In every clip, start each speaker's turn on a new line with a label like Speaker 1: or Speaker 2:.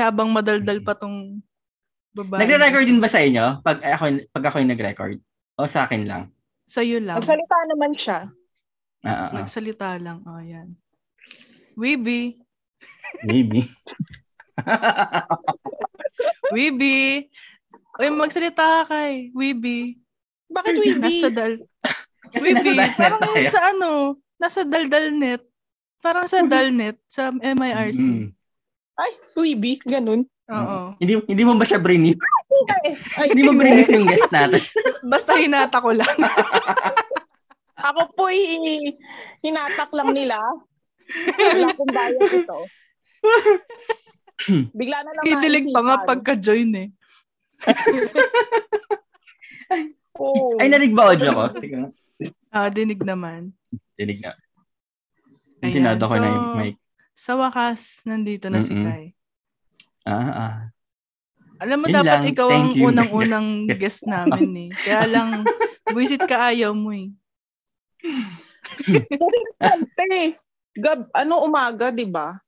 Speaker 1: habang madaldal pa tong babae.
Speaker 2: Mm-hmm. Nagre-record din ba sa inyo? Pag ako, pag ako yung nag-record? O sa akin lang?
Speaker 1: Sa'yo lang.
Speaker 3: Magsalita naman siya.
Speaker 2: Ah, ah, ah.
Speaker 1: Nagsalita lang. O, oh, yan. Weeby.
Speaker 2: Maybe.
Speaker 1: Weeby. Uy, magsalita ka kay. Weeby.
Speaker 3: Bakit
Speaker 1: Nasa
Speaker 3: Weeby?
Speaker 1: dal...
Speaker 2: Kasi nasa
Speaker 1: Weeby.
Speaker 2: darknet
Speaker 1: Parang
Speaker 2: tayo.
Speaker 1: sa ano, nasa daldalnet. Parang sa dalnet, sa MIRC.
Speaker 2: Mm.
Speaker 3: Ay, Weeby. Ganun.
Speaker 1: Oo.
Speaker 2: Hindi, hindi mo ba siya brinis?
Speaker 3: Ay, ay,
Speaker 2: Hindi mo brinis yung guest natin?
Speaker 1: Basta hinata ko lang.
Speaker 3: Ako po'y ini- hinatak lang nila. Wala akong bayan ito. Bigla na lang
Speaker 1: Kinilig pa nga
Speaker 3: naisipan.
Speaker 1: pagka-join eh.
Speaker 3: Oo.
Speaker 2: Ay, narig ba audio ko? Teka nga.
Speaker 1: Ah, dinig naman.
Speaker 2: Dinig na.
Speaker 1: Ayan,
Speaker 2: Pinado ko na
Speaker 1: so-
Speaker 2: yung mic.
Speaker 1: Sa wakas, nandito na si
Speaker 2: Mm-mm.
Speaker 1: Kai.
Speaker 2: Ah, ah.
Speaker 1: Alam mo,
Speaker 2: Yun
Speaker 1: dapat
Speaker 2: lang.
Speaker 1: ikaw
Speaker 2: Thank
Speaker 1: ang
Speaker 2: you.
Speaker 1: unang-unang guest namin eh. Kaya lang, buisit ka ayaw mo eh.
Speaker 3: Ante, gab, ano umaga, di ba?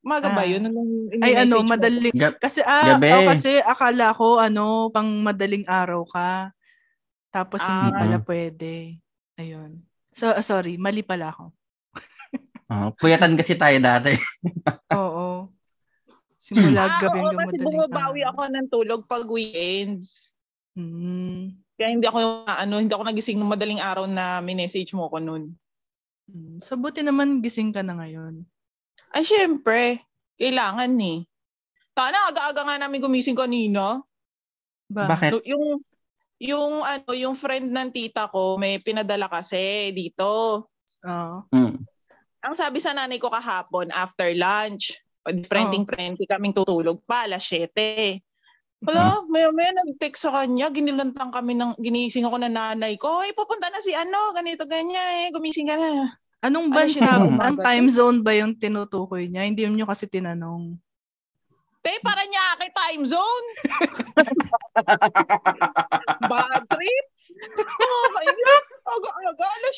Speaker 3: Umaga
Speaker 1: Ah.
Speaker 3: ba yun? Anong
Speaker 1: Ay
Speaker 3: ini-message
Speaker 1: ano,
Speaker 3: mo?
Speaker 1: madaling.
Speaker 2: Gab-
Speaker 1: Kasi ah,
Speaker 2: gabi.
Speaker 1: oh, kasi akala ko ano, pang madaling araw ka. Tapos hindi
Speaker 3: Ah.
Speaker 1: pala pwede. Ayun. So, ah, sorry, mali pala ako.
Speaker 2: Ah, puyatan kasi tayo dati.
Speaker 1: Oo. Simula
Speaker 3: Ah,
Speaker 1: gabi
Speaker 3: oo,
Speaker 1: hanggang
Speaker 3: kasi
Speaker 1: madaling
Speaker 3: bumabawi ako ng tulog pag weekends.
Speaker 1: Mm.
Speaker 3: Kaya hindi ako ano, hindi ako nagising nung madaling araw na minessage mo ko noon.
Speaker 1: Mm. So, buti naman gising ka na ngayon.
Speaker 3: Ay, syempre. Kailangan ni. Eh. Tana, aga-aga nga namin gumising kanina.
Speaker 1: Ba?
Speaker 2: Bakit?
Speaker 3: No, Yung yung ano, yung friend ng tita ko may pinadala kasi dito.
Speaker 1: Oo.
Speaker 2: Mm.
Speaker 3: Ang sabi sa nanay ko kahapon after lunch, printing printing kaming tutulog pa alas 7. Hala, may may nag-text sa kanya, ginilantang kami ng ginising ako ng nanay ko. Hoy, pupunta na si ano, ganito ganyan eh, gumising ka na.
Speaker 1: Anong
Speaker 3: Ano
Speaker 1: bansa?
Speaker 3: siya, umaga
Speaker 1: Ang
Speaker 3: to?
Speaker 1: time zone ba yung tinutukoy niya? Hindi nyo kasi tinanong.
Speaker 3: Te, para niya kay time zone. Bad trip. Oh, kayo. Aga-aga, alas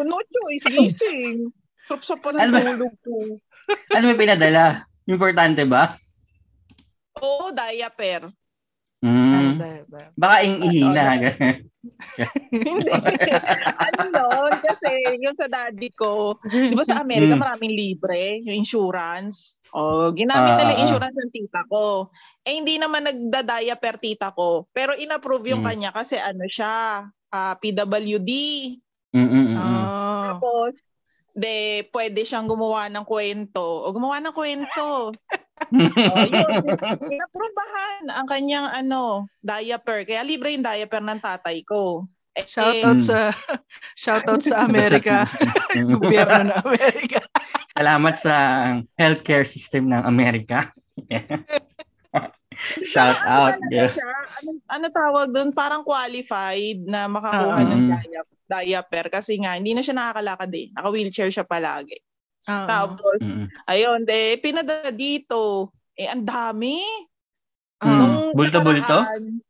Speaker 3: 7. Ayun, no choice, gising. Sarap-sarap pa ng
Speaker 2: Ano ba?
Speaker 3: tulog ko.
Speaker 2: Ano may pinadala? Importante ba?
Speaker 3: Oo, diaper.
Speaker 1: Ano
Speaker 2: Mm.
Speaker 1: tayo ba?
Speaker 2: Baka ing-ihina.
Speaker 3: Hindi. ano nun? Kasi yung sa daddy ko, di ba sa Amerika
Speaker 2: Mm.
Speaker 3: maraming libre, yung insurance. O, ginamit
Speaker 2: Ah, ah,
Speaker 3: nila yung
Speaker 2: ah.
Speaker 3: insurance ng tita ko. Eh, hindi naman nagdadaya per tita ko. Pero inapprove yung
Speaker 2: Mm.
Speaker 3: kanya kasi ano siya, ah, PWD.
Speaker 2: Mm, Mm-mm-mm.
Speaker 1: Oh.
Speaker 3: Tapos, de, pwede siyang gumawa ng kwento. O, gumawa ng kwento. o, yun. Inaprobahan ang kanyang ano, diaper. Kaya libre yung diaper ng tatay ko. Eh,
Speaker 1: Shout
Speaker 3: eh,
Speaker 1: out
Speaker 2: Mm.
Speaker 1: sa shout out sa Amerika, gobyerno ng Amerika.
Speaker 2: Salamat sa healthcare system ng Amerika. Shout out.
Speaker 3: Ano siya? Ano, ano tawag doon? Parang qualified na makakuha
Speaker 1: Ah.
Speaker 3: ng
Speaker 2: Mm.
Speaker 3: diap- diaper kasi nga hindi na siya nakakalakad eh. Naka-wheelchair siya palagi.
Speaker 1: Oo.
Speaker 3: Tapos,
Speaker 2: Mm-mm.
Speaker 3: ayun, de, pinadala dito. Eh, ang dami.
Speaker 1: Oo.
Speaker 2: Mm. Bulto-bulto?
Speaker 3: nakaraan.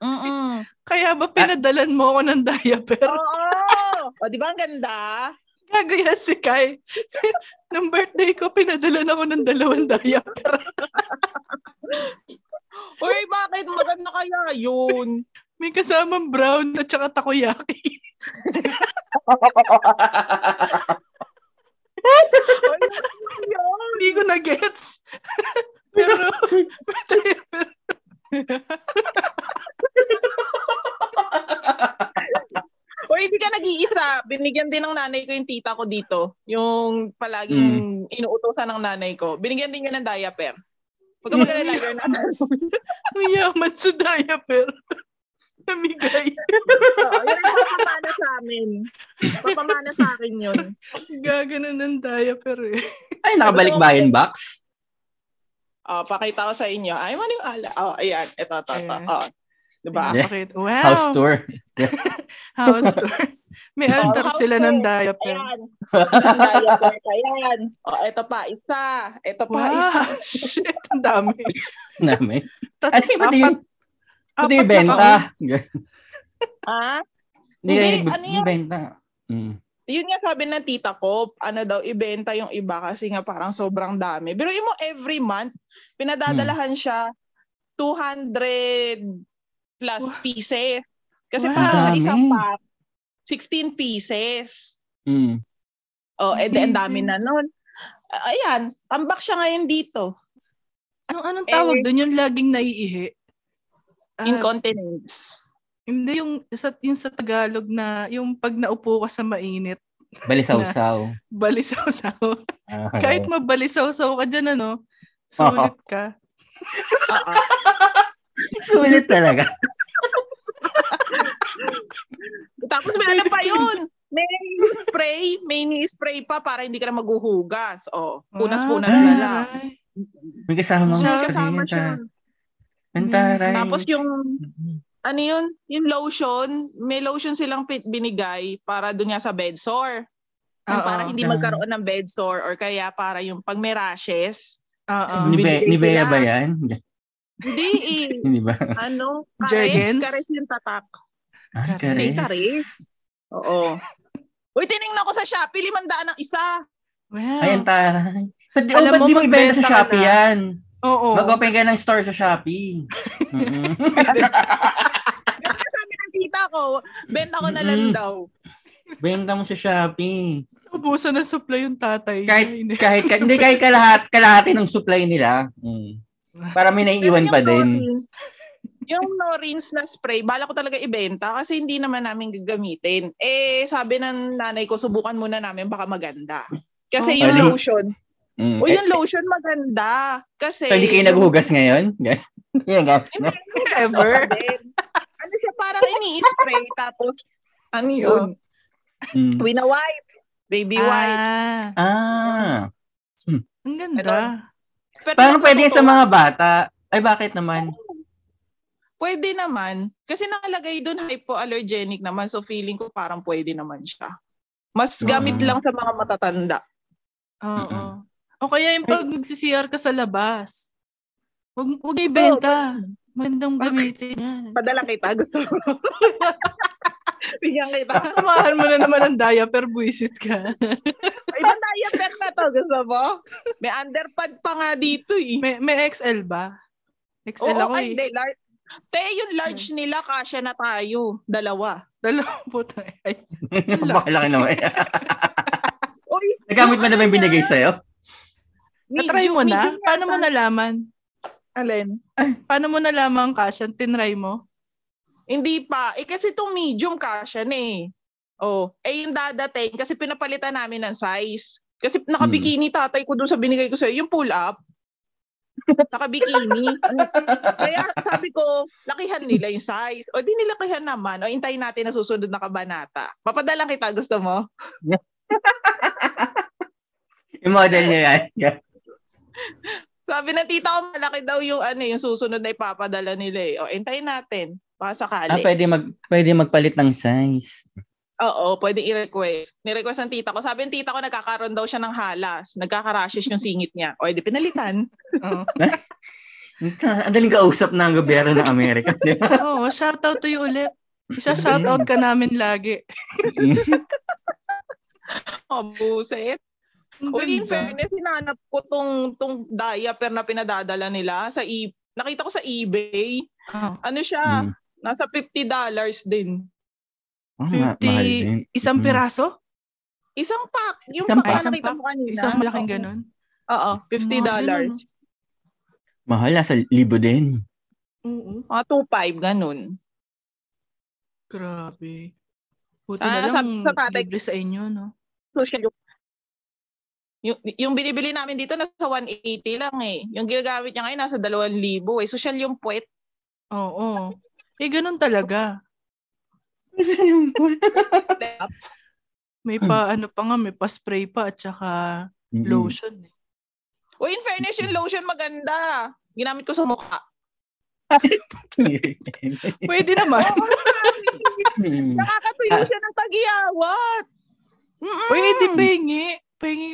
Speaker 3: Mm-mm.
Speaker 1: Kaya
Speaker 2: Ah.
Speaker 1: ba pinadalan mo ako ng
Speaker 3: Oh.
Speaker 1: diaper?
Speaker 3: Oo! o, di ba ang ganda?
Speaker 1: Gago yan si Kai. Nung birthday ko, pinadalan ako ng dalawang diaper.
Speaker 3: Uy, bakit maganda kaya yun?
Speaker 1: May kasamang brown at saka takoyaki.
Speaker 3: Uy, yun?
Speaker 1: Hindi ko na-gets. Pero, may diaper.
Speaker 3: Uy, hindi ka nag-iisa. Binigyan din ng nanay ko yung tita ko dito. Yung
Speaker 2: Mm.
Speaker 3: palaging inuutosan ng nanay ko. Binigyan din niya ng diaper. Huwag ka mag-alala yun.
Speaker 1: Ang yaman sa diaper. Namigay.
Speaker 3: Oo, yun ang papamana sa amin. Papamana sa akin yun.
Speaker 1: Gago na ng diaper eh.
Speaker 2: Ay, nakabalik bayan box.
Speaker 3: Oh, pakita ko sa inyo. Ay, ano yung ala? Oh, ayan. Ito, ito, ito.
Speaker 1: Ayan.
Speaker 3: Oh. Diba?
Speaker 2: Yeah.
Speaker 1: Okay. Wow.
Speaker 2: House tour.
Speaker 1: House tour. May
Speaker 3: Oh,
Speaker 1: altar
Speaker 3: house
Speaker 1: sila
Speaker 3: tour.
Speaker 1: ng diaper.
Speaker 3: Ayan. Isang diaper. Ayan. Oh, ito pa, isa. Ito pa, isa.
Speaker 1: Wow. Shit. Ang dami.
Speaker 2: Namin.
Speaker 1: Tat-
Speaker 2: Ano yung pati yung, pati
Speaker 1: apat
Speaker 2: yung
Speaker 1: na
Speaker 2: benta?
Speaker 1: kahon.
Speaker 2: Hindi
Speaker 3: Ha?
Speaker 2: kayo
Speaker 3: Hindi,
Speaker 2: nagbe-
Speaker 3: ano yan?
Speaker 2: benta. Mm.
Speaker 3: Yun nga sabi ng tita ko, ano daw, ibenta yung iba kasi nga parang sobrang dami. Pero mo every month, pinadadalahan siya 200 plus
Speaker 1: Wow.
Speaker 3: pieces. Kasi
Speaker 1: Wow.
Speaker 3: parang sa
Speaker 2: Dami.
Speaker 3: isang pack, 16 pieces.
Speaker 2: Mm.
Speaker 3: Oh, eh, di, ang dami
Speaker 1: Amazing.
Speaker 3: na nun. Ah, Ayan, tambak siya ngayon dito.
Speaker 1: Anong, anong
Speaker 3: Eh,
Speaker 1: tawag doon? Yung laging naiihi? Ah,
Speaker 3: Incontinence.
Speaker 1: hindi yung sa, yung sa Tagalog na yung pag naupo ka sa mainit,
Speaker 2: Balisaw-saw.
Speaker 1: balisaw-saw.
Speaker 2: Ah.
Speaker 1: Kahit mabalisaw-saw ka dyan, ano, sulit ka.
Speaker 3: Oo.
Speaker 2: Sulit talaga.
Speaker 3: Tapos may ano pa yun? May spray, may ni-spray pa para hindi ka na maghuhugas. Oh, punas-punas
Speaker 1: Ah.
Speaker 2: Wow.
Speaker 3: na lang.
Speaker 1: Ay.
Speaker 2: May
Speaker 1: Siya,
Speaker 2: kasama
Speaker 1: Mm,
Speaker 3: May
Speaker 2: mo.
Speaker 3: kasama siya.
Speaker 2: Pantaray.
Speaker 3: Tapos yung ano yun, yung lotion, may lotion silang pi- binigay para doon nga sa bed sore. Yung
Speaker 1: Oo.
Speaker 3: para hindi
Speaker 2: Ah.
Speaker 3: magkaroon ng bed sore or kaya para yung pag may rashes.
Speaker 1: Oo.
Speaker 2: ni, Be- ni Bea ba yan?
Speaker 3: Hindi eh.
Speaker 2: Hindi ba?
Speaker 3: Ano? Kares,
Speaker 1: Jergens?
Speaker 3: kares yung tatak.
Speaker 2: Ah,
Speaker 1: Kares.
Speaker 3: May
Speaker 2: kares.
Speaker 3: kares. Oo. Uy, tinignan ko sa Shopee, limandaan ang isa.
Speaker 1: Wow.
Speaker 2: Ay, ang taray. Ba't di, oh,
Speaker 1: Alam
Speaker 2: ba't
Speaker 1: mo,
Speaker 2: di mo
Speaker 1: magbenta
Speaker 2: ibenta sa
Speaker 1: ka
Speaker 2: Shopee
Speaker 1: na.
Speaker 2: yan?
Speaker 1: Oo.
Speaker 2: Mag-open ka ng store sa Shopee. Mm-mm.
Speaker 3: Sabi ng tita ko, benta ko na lang
Speaker 2: Mm.
Speaker 3: daw.
Speaker 2: Benta mo sa Shopee.
Speaker 1: Ubusan ng supply yung tatay. eh.
Speaker 2: Kahit,
Speaker 1: Ay,
Speaker 2: kahit, ka- hindi, kahit kalahat, kalahati ng supply nila. Mm. Para may
Speaker 3: Pero
Speaker 2: naiiwan
Speaker 3: yung
Speaker 2: pa din.
Speaker 3: Norins, Yung Norins na spray, bala ko talaga ibenta kasi hindi naman namin gagamitin. Eh, sabi ng nanay ko, subukan muna namin, baka maganda. Kasi
Speaker 1: Oh,
Speaker 3: yung
Speaker 2: Mali.
Speaker 3: lotion,
Speaker 2: Mm.
Speaker 3: o
Speaker 2: Eh,
Speaker 3: yung lotion maganda. Kasi...
Speaker 2: so, hindi kayo naghuhugas ngayon? Yan,
Speaker 3: eh. Hindi,
Speaker 1: Ever.
Speaker 3: ano siya, parang ini-spray tapos, ano yun?
Speaker 2: Mm.
Speaker 3: Wina wipe. Baby wipe.
Speaker 1: Ah,
Speaker 2: Ah.
Speaker 1: ang ganda.
Speaker 3: Ganon. Pero
Speaker 2: Parang pwede yan sa
Speaker 3: natutuwa
Speaker 2: mga bata. Ay, bakit naman?
Speaker 3: Pwede naman. Kasi nakalagay doon hypoallergenic naman. So feeling ko parang pwede naman siya. Mas gamit
Speaker 2: Mm.
Speaker 3: lang sa mga matatanda.
Speaker 1: Oo.
Speaker 2: Mm-mm.
Speaker 1: O kaya yung pag mag-CR ka sa labas. Huwag huwag kayo benta. Magandang gamitin yan.
Speaker 3: Padala kita. Gusto mo. Bigyan kita.
Speaker 1: Kasamahan mo na naman ang diaper, buisit ka.
Speaker 3: Ibang diaper na to. Gusto mo? May underpad pa nga dito eh.
Speaker 1: May, may XL ba? XL
Speaker 3: Oo,
Speaker 1: ako
Speaker 3: ay,
Speaker 1: eh.
Speaker 3: hindi. Lar- Te, yung large nila, kasya na tayo. Dalawa.
Speaker 1: Dalawang puta. eh. Ay,
Speaker 2: Bakalaki naman.
Speaker 3: Uy,
Speaker 2: Nagamit mo na ba yung binigay sa'yo?
Speaker 1: natry mo na? Paano mo nalaman?
Speaker 3: Alin?
Speaker 1: Paano mo nalaman, Kash? Ang tinry mo?
Speaker 3: Hindi pa. Eh kasi itong medium kasha na eh. Oh, eh yung dadating kasi pinapalitan namin ng size. Kasi nakabikini tatay ko doon sa binigay ko sa'yo, yung pull up. Nakabikini. Kaya sabi ko, lakihan nila yung size. O di nilakihan naman. O intayin natin na susunod na kabanata. Papadala kita, gusto mo?
Speaker 2: Yung model niya yan.
Speaker 3: Sabi na tita ko, malaki daw yung ano, yung susunod na ipapadala nila eh. O intayin natin. Baka sakali.
Speaker 2: ah, pwede, mag, pwede magpalit ng size.
Speaker 3: Oo, pwedeng i-request. Ni-request ng tita ko. Sabi ng tita ko, nagkakaroon daw siya ng halas. Nagkakarashes yung singit niya. O, edi pinalitan.
Speaker 1: Oo,
Speaker 2: Ang daling kausap ng gobyerno ng Amerika. di ba?
Speaker 1: oh, shoutout to you ulit. Isa shoutout ka namin lagi.
Speaker 2: Mm.
Speaker 3: O, Oh, buset.
Speaker 1: Ang
Speaker 3: O, in
Speaker 1: ganda.
Speaker 3: fairness, hinanap ko tong, tong diaper na pinadadala nila sa e- Nakita ko sa eBay.
Speaker 1: Oo.
Speaker 3: Ano siya?
Speaker 1: Hmm.
Speaker 2: Mm.
Speaker 3: Nasa $50 din.
Speaker 2: Oh, ma- mahal din.
Speaker 1: Isang
Speaker 2: Mm.
Speaker 1: piraso?
Speaker 3: Isang pack. Yung
Speaker 2: Isang
Speaker 3: pack
Speaker 2: pack.
Speaker 3: na nakita
Speaker 1: Isang
Speaker 3: mo kanina.
Speaker 1: Isang malaking
Speaker 3: Oo.
Speaker 1: ganon?
Speaker 3: Oo,
Speaker 1: Mga ganun,
Speaker 3: $50.
Speaker 2: Mahal, nasa libo din.
Speaker 1: Oo.
Speaker 3: Mga 2.5, ganun.
Speaker 1: Grabe. Buti
Speaker 3: Ah,
Speaker 1: na lang
Speaker 3: sabi sa tatay-
Speaker 1: libre sa inyo, no?
Speaker 3: social yung yung, yung binibili namin dito nasa 180 lang eh. Yung ginagamit niya ngayon nasa 2,000 eh. Social yung puwet.
Speaker 1: Oo. Eh, ganun talaga. May
Speaker 3: Mm.
Speaker 1: pa, ano pa nga, may pa-spray pa at saka
Speaker 2: Mm-mm.
Speaker 1: lotion. eh.
Speaker 3: o in fairness, yung lotion maganda. Ginamit ko sa mukha.
Speaker 1: Pwede naman.
Speaker 2: Mm.
Speaker 3: Nakakatuyo siya ng tagiyawat. Mm-mm.
Speaker 1: Uy, hindi pahingi. Pahingi.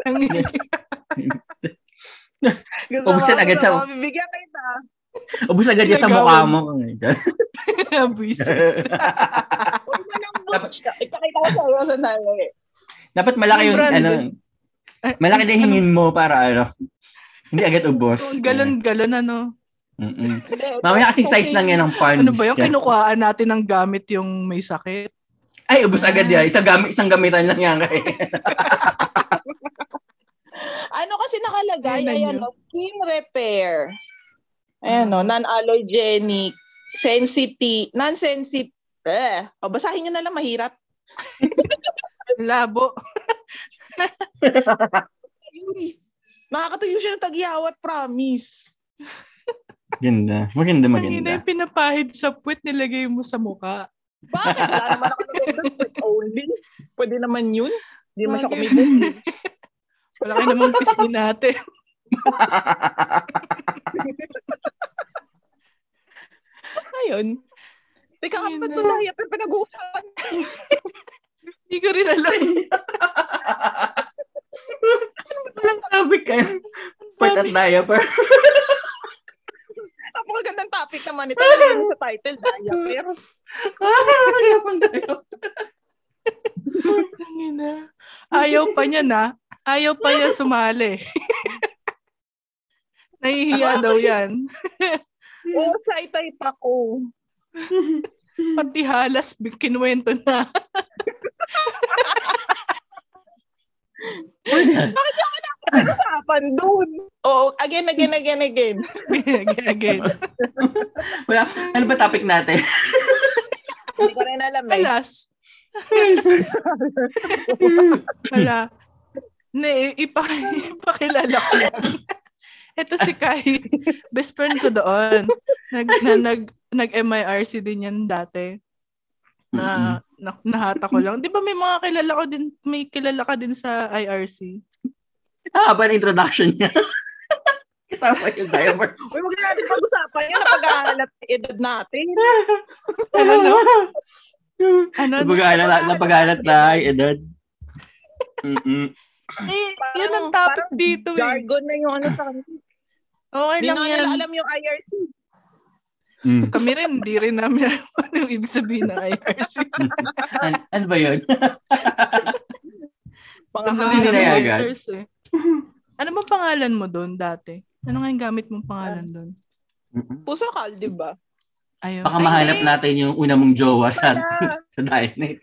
Speaker 1: Pahingi.
Speaker 3: Gusto
Speaker 2: Ubusan
Speaker 3: ko,
Speaker 2: agad
Speaker 3: gusto
Speaker 2: sa-
Speaker 3: ko, Bibigyan kita.
Speaker 2: Ubus agad yan sa mukha mo. Oh my God.
Speaker 1: Buisit.
Speaker 3: Huwag mo lang Ipakita ko sa'yo sa nanay.
Speaker 2: Dapat malaki yung,
Speaker 1: Branded.
Speaker 2: ano,
Speaker 1: Ay,
Speaker 2: malaki na hingin mo para, ano, hindi agad ubos.
Speaker 1: Kung galon-galon ano.
Speaker 2: Mm-mm.
Speaker 3: Hindi,
Speaker 2: Mamaya kasing size lang yan ng pants.
Speaker 1: Ano ba yun? Kinukuhaan natin ng gamit yung may sakit.
Speaker 2: Ay, ubos agad
Speaker 1: Ah.
Speaker 2: yan. Isang, gamit, isang gamitan lang yan. kay.
Speaker 3: Ano kasi nakalagay,
Speaker 1: Tingnan
Speaker 3: ayan
Speaker 1: niyo.
Speaker 3: o, skin repair. Ayan o, non-allergenic, sensitive, non-sensitive, eh. O, basahin nyo na lang, mahirap.
Speaker 1: Labo.
Speaker 3: Ayun. Nakakatuyo siya ng tagyawat, promise.
Speaker 2: Ganda. Maganda,
Speaker 1: Maganda.
Speaker 2: maganda.
Speaker 1: yung pinapahid sa puwet, nilagay mo sa muka.
Speaker 3: Bakit? Wala naman ako nag only. Pwede naman yun. Hindi naman siya
Speaker 1: Bakit?
Speaker 3: kumibig.
Speaker 1: Wala kayo namang pisni natin.
Speaker 3: Ayun. Teka,
Speaker 1: Ayun
Speaker 3: ba't
Speaker 1: na.
Speaker 3: ba tayo pa pinag-uusapan?
Speaker 1: Hindi ko rin alam.
Speaker 2: Walang topic kayo. Part at daya. Part.
Speaker 3: Napakagandang topic naman ito. Nalagay mo sa title, Daya. Pero,
Speaker 2: Yapang daya.
Speaker 1: Tangina. Ayaw pa niya na. Ayaw pa niya sumali. Nahihiya daw yan.
Speaker 3: oh, shy type ako.
Speaker 1: Pati halas, kinuwento na.
Speaker 3: Usapan doon. Oh, again, again, again, again.
Speaker 1: again, again.
Speaker 2: Wala. Ano ba topic natin?
Speaker 3: Hindi ko rin alam eh.
Speaker 1: Alas. Wala. Ne, ipa, ipakilala ko lang. Ito si Kai, best friend ko doon. Nag, na, nag, nag-MIRC din yan dati. Na, na, nahata ko lang. Di ba may mga kilala ko din, may kilala ka din sa IRC?
Speaker 2: Ah, ba ang introduction niya? Kasama yung daya. Part.
Speaker 3: Uy, huwag na natin pag-usapan yun. Napag-aalat yung edad natin.
Speaker 1: Ano na? Ano na?
Speaker 2: Napag-alat napag-alat na ay edad. Mm-mm.
Speaker 1: Eh, yun ang topic
Speaker 3: Parang-
Speaker 1: dito eh.
Speaker 3: Jargon na yung ano sa kanila.
Speaker 1: Okay
Speaker 3: Hindi
Speaker 1: lang
Speaker 3: na
Speaker 1: yan.
Speaker 3: nila alam yung IRC.
Speaker 2: Mm.
Speaker 1: Kami rin, hindi rin namin alam ano yung ibig sabihin ng IRC.
Speaker 2: An- ano ba yun?
Speaker 3: Mga
Speaker 2: Hindi
Speaker 1: Kami
Speaker 2: nila
Speaker 1: rin
Speaker 2: yan.
Speaker 3: hahanap.
Speaker 2: agad.
Speaker 1: voters eh. Ano ba pangalan mo doon dati? Ano nga yung gamit mong pangalan doon?
Speaker 2: Mm-mm.
Speaker 3: Puso kal, di ba?
Speaker 1: Ayun.
Speaker 2: Baka mahanap natin yung una mong jowa sa,
Speaker 3: Wala.
Speaker 2: sa dining.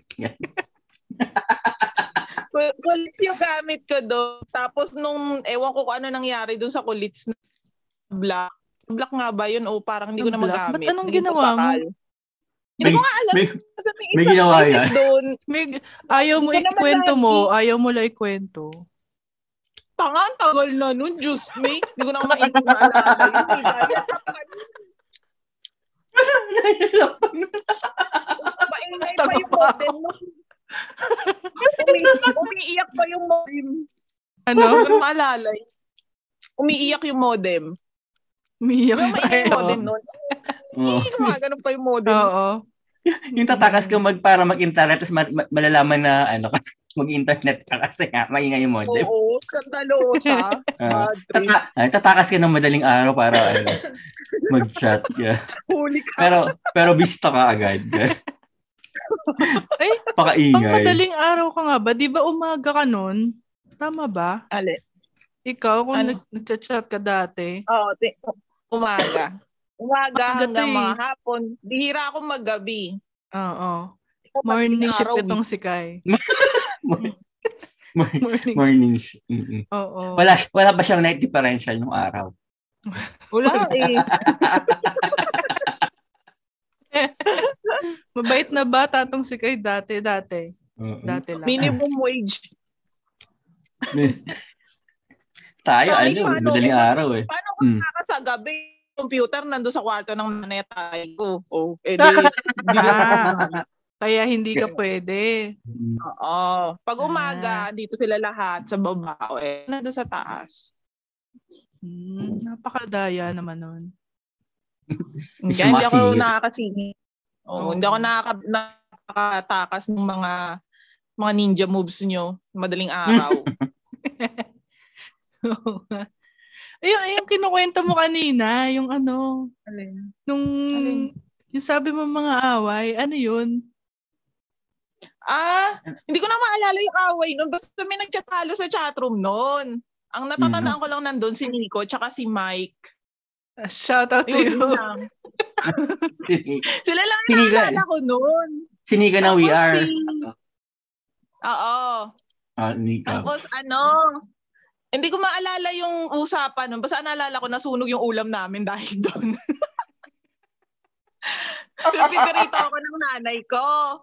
Speaker 3: Kul- Kulits yung gamit ko doon. Tapos nung, ewan ko kung ano nangyari doon sa kulits na black. Black nga ba yun? O parang hindi ko na
Speaker 1: Black?
Speaker 3: magamit.
Speaker 1: Ba't anong
Speaker 3: Naging
Speaker 1: ginawa mo?
Speaker 3: pusakal. Hindi ko nga alam.
Speaker 2: May,
Speaker 3: Basta may,
Speaker 2: may
Speaker 3: isang
Speaker 2: ginawa
Speaker 3: topic
Speaker 2: yan.
Speaker 3: Doon.
Speaker 1: May, ayaw mo
Speaker 3: Hindi ko naman
Speaker 1: ikwento
Speaker 3: lagi.
Speaker 1: mo. Ayaw mo lang ikwento.
Speaker 3: Tanga, ang tagal na nun. Diyos me. Hindi ko na maalala yun. eh. Maingay pa yung modem nun. Umi- Umiiyak pa yung modem. Hindi
Speaker 1: Ano?
Speaker 3: ko maalala. yun. Umiiyak yung modem.
Speaker 1: Umiyak
Speaker 3: Pero
Speaker 1: pa.
Speaker 3: maingay yung
Speaker 1: Oo.
Speaker 3: modem nun.
Speaker 2: Oo.
Speaker 3: Hindi ko pa yung modem.
Speaker 1: Oo.
Speaker 2: Yung tatakas ka mag para mag-internet tapos ma- ma- malalaman na ano kasi mag-internet ka kasi nga maingay yung modem.
Speaker 3: Oo, skandalosa.
Speaker 2: Ah.
Speaker 3: Bad trip.
Speaker 2: Tata- ah, tatakas ka ng madaling araw para ano, mag-chat ka.
Speaker 3: Huli ka.
Speaker 2: Pero pero bista ka agad.
Speaker 1: Ay, Pang
Speaker 2: Pakaingay.
Speaker 1: madaling araw ka nga ba? Di ba umaga ka noon? Tama ba?
Speaker 3: Ale.
Speaker 1: Ikaw, kung
Speaker 3: Ano?
Speaker 1: nag- nagchat-chat ka dati.
Speaker 3: Oo, te- umaga. Umaga
Speaker 1: Umaga to
Speaker 3: hanggang
Speaker 1: eh.
Speaker 3: mga hapon. Dihira akong maggabi.
Speaker 1: Oo.
Speaker 3: Kapag
Speaker 1: Morning
Speaker 3: araw,
Speaker 1: shift
Speaker 3: eh.
Speaker 1: itong si Kai.
Speaker 2: Morning.
Speaker 1: Morning shift.
Speaker 2: Morning. sh- Mm-mm.
Speaker 1: Oo.
Speaker 2: Wala wala ba siyang night differential nung araw?
Speaker 3: Wala eh.
Speaker 1: Mabait na ba tatong si Kai dati? Dati.
Speaker 2: Oo.
Speaker 1: Dati lang.
Speaker 3: Minimum wage.
Speaker 2: Tayo
Speaker 3: Ay,
Speaker 2: ano,
Speaker 3: paano?
Speaker 2: madaling araw eh.
Speaker 3: Paano
Speaker 2: Mm.
Speaker 3: kung mm. sa gabi? computer nando sa kwarto ng nanay tayo ko. Oh, eh di, di
Speaker 1: Ah.
Speaker 3: na-
Speaker 1: Kaya hindi ka pwede.
Speaker 3: Oo. Pag umaga, dito sila lahat sa baba. o Eh, nando sa taas.
Speaker 1: Hmm, napakadaya naman nun.
Speaker 2: Hindi
Speaker 3: Kaya hindi ako
Speaker 2: sumasingit.
Speaker 3: nakakasingit. Oo,
Speaker 1: Oo.
Speaker 3: hindi ako nakaka- nakakatakas ng mga mga ninja moves nyo madaling araw.
Speaker 1: ayun, ayun, kinukwento mo kanina, yung ano, nung,
Speaker 3: Alin?
Speaker 1: yung sabi mo mga away, ano yun?
Speaker 3: Ah, hindi ko na maalala yung away nun. Basta may nagtatalo sa chatroom noon. Ang natatandaan ko lang nandun si Nico tsaka si Mike.
Speaker 1: Shout out to
Speaker 3: Ayun
Speaker 1: you.
Speaker 3: lang. Sila lang
Speaker 2: Si
Speaker 3: ang
Speaker 2: Nico.
Speaker 3: naalala ko noon.
Speaker 2: Siniga na we
Speaker 3: Tapos
Speaker 2: are.
Speaker 3: si- Oo.
Speaker 2: Ah, ni- ah.
Speaker 3: Tapos ano, hindi ko maalala yung usapan nun. Basta naalala ko, nasunog yung ulam namin dahil doon. Pinapiperito ako ng nanay ko.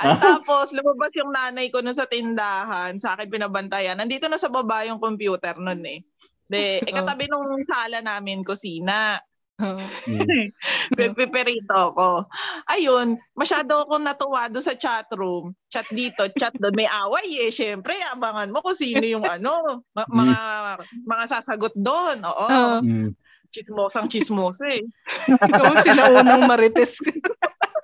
Speaker 3: At tapos, lumabas yung nanay ko nun sa tindahan. Sa akin pinabantayan. Nandito na sa baba yung computer nun eh. De, eh, katabi nung sala namin, kusina.
Speaker 2: Mm.
Speaker 3: Nagpiperito ako. Ayun, masyado akong natuwa doon sa chat room. Chat dito, chat doon. May away eh, syempre. Abangan mo kung sino yung ano, ma- mga, mga sasagot doon. Oo,
Speaker 1: Ah,
Speaker 2: Mm.
Speaker 3: chismosang chismos eh.
Speaker 1: ikaw ang sinaunang marites.